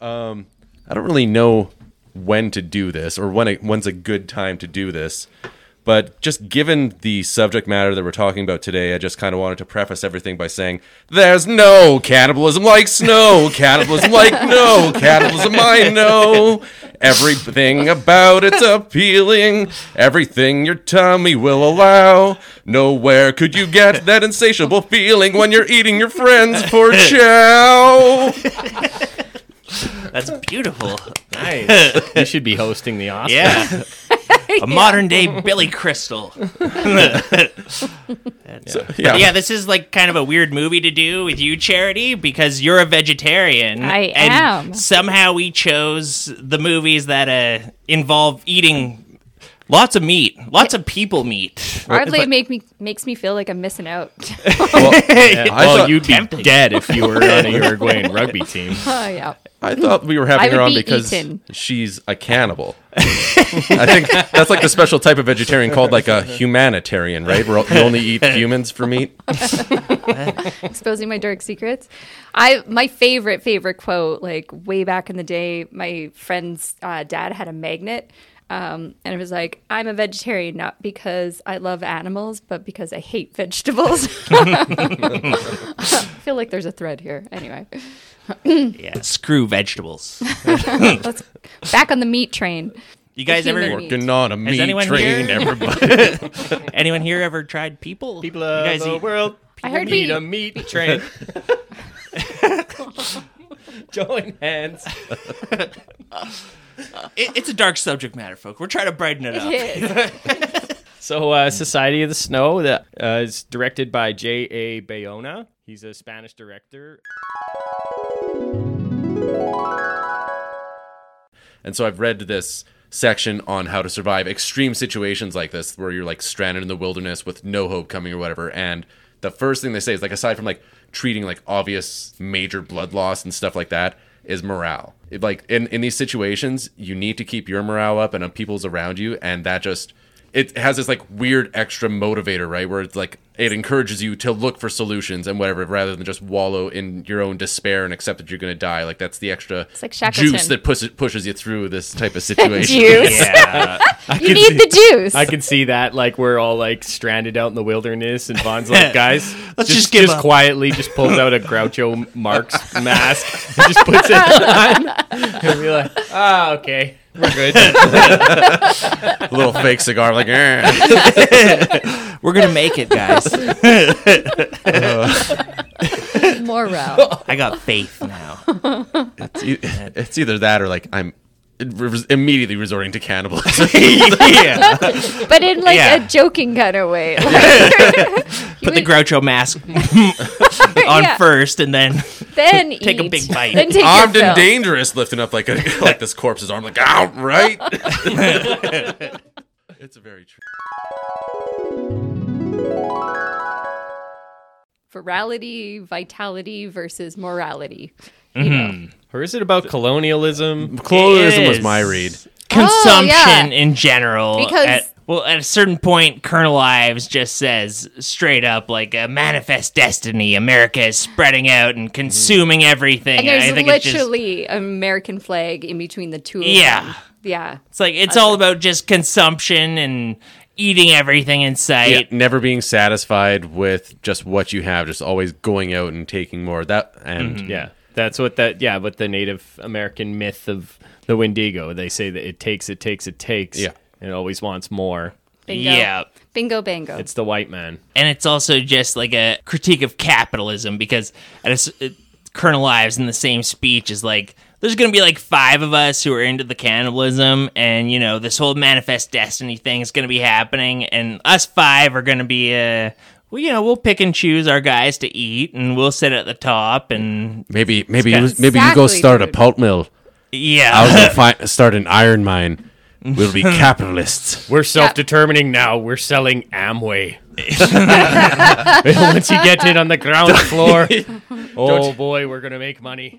Um, I don't really know when to do this or when a, when's a good time to do this, but just given the subject matter that we're talking about today, I just kind of wanted to preface everything by saying there's no cannibalism like snow, cannibalism like no, cannibalism I know. Everything about it's appealing, everything your tummy will allow. Nowhere could you get that insatiable feeling when you're eating your friends for chow. That's beautiful. Nice. you should be hosting the Oscars. Yeah. A modern day Billy Crystal. So, Yeah. this is like kind of a weird movie to do with you, Charity, because you're a vegetarian. I and am. Somehow we chose the movies that uh, involve eating lots of meat, lots of people meat. Hardly make me makes me feel like I'm missing out. Yeah. I well, thought- Oh, you'd be Tempting. dead if you were on a Uruguayan rugby team. oh yeah. I thought we were I having her would on be because eaten. she's a cannibal. I think that's like the special type of vegetarian called like a humanitarian, right? Where you only eat humans for meat. exposing my dark secrets. I my favorite favorite quote like way back in the day, my friend's uh, dad had a magnet, um, and it was like, "I'm a vegetarian not because I love animals, but because I hate vegetables." I feel like there's a thread here. Anyway, Yeah, screw vegetables. let's back on the meat train. You guys The ever human meat. Working on a meat anyone train, here- everybody. anyone here ever tried people? People you of guys the eat- world, I heard need we- a meat train. Join hands. It- it's a dark subject matter, folk. We're trying to brighten it up. So, uh, Society of the Snow that uh, is directed by J.A. Bayona. He's a Spanish director. and so I've read this section on how to survive extreme situations like this, where you're like stranded in the wilderness with no hope coming or whatever. And the first thing they say is like, aside from like treating like obvious major blood loss and stuff like that, is morale. It, like in in these situations, you need to keep your morale up and on people's around you, and that just it has this like weird extra motivator, right? Where it's like it encourages you to look for solutions and whatever, rather than just wallow in your own despair and accept that you're gonna die. Like that's the extra like juice Shackleton. that pushes pushes you through this type of situation. Juice. Yeah. I You need the juice. I can see that, like we're all like stranded out in the wilderness, and Vaughn's like, "Guys, Let's just give up." quietly just pulls out a Groucho Marx mask, and just puts it on, and we're like, "Ah, okay, we're good." A little fake cigar, like "Eh." We're gonna make it, guys. Morale. I got faith now. it's, e- it's either that or like I'm re- immediately resorting to cannibalism. yeah. But in like Yeah. a joking kind of way. Like, you Put the would- Groucho mask on yeah. first, and then Then Take a eat. big bite. Then take your Armed fill. and dangerous, lifting up like a, like this corpse's arm, like out right. it's a very true. virality, vitality versus morality. Mm-hmm. Or is it about colonialism? Colonialism was is Oh, my read. Consumption yeah. in general, Because- at- well, at a certain point, Colonel Ives just says straight up, like a manifest destiny. America is spreading out and consuming everything. And there's I think it's just- literally an American flag in between the two of Yeah. them. Yeah. It's like it's all about just consumption and eating everything in Yeah, sight. never being satisfied with just what you have, just always going out and taking more. That and Yeah, that's what that. Yeah, what the Native American myth of the Wendigo. They say that it takes, it takes, it takes. Yeah. and it always wants more. Bingo. yeah. Bingo bango. It's the white man. and it's also just like a critique of capitalism because at a s uh, Colonel Ives in the same speech is like, there's going to be like five of us who are into the cannibalism, and you know this whole manifest destiny thing is going to be happening, and us five are going to be uh, well, you know, we'll pick and choose our guys to eat, and we'll sit at the top, and maybe maybe Yeah. you, maybe you go Exactly, start a dude. pulp mill. I yeah, was gonna fi- start an iron mine. We'll be capitalists. We're self-determining now. We're selling Amway. Once you get it on the ground floor, oh boy, we're gonna make money.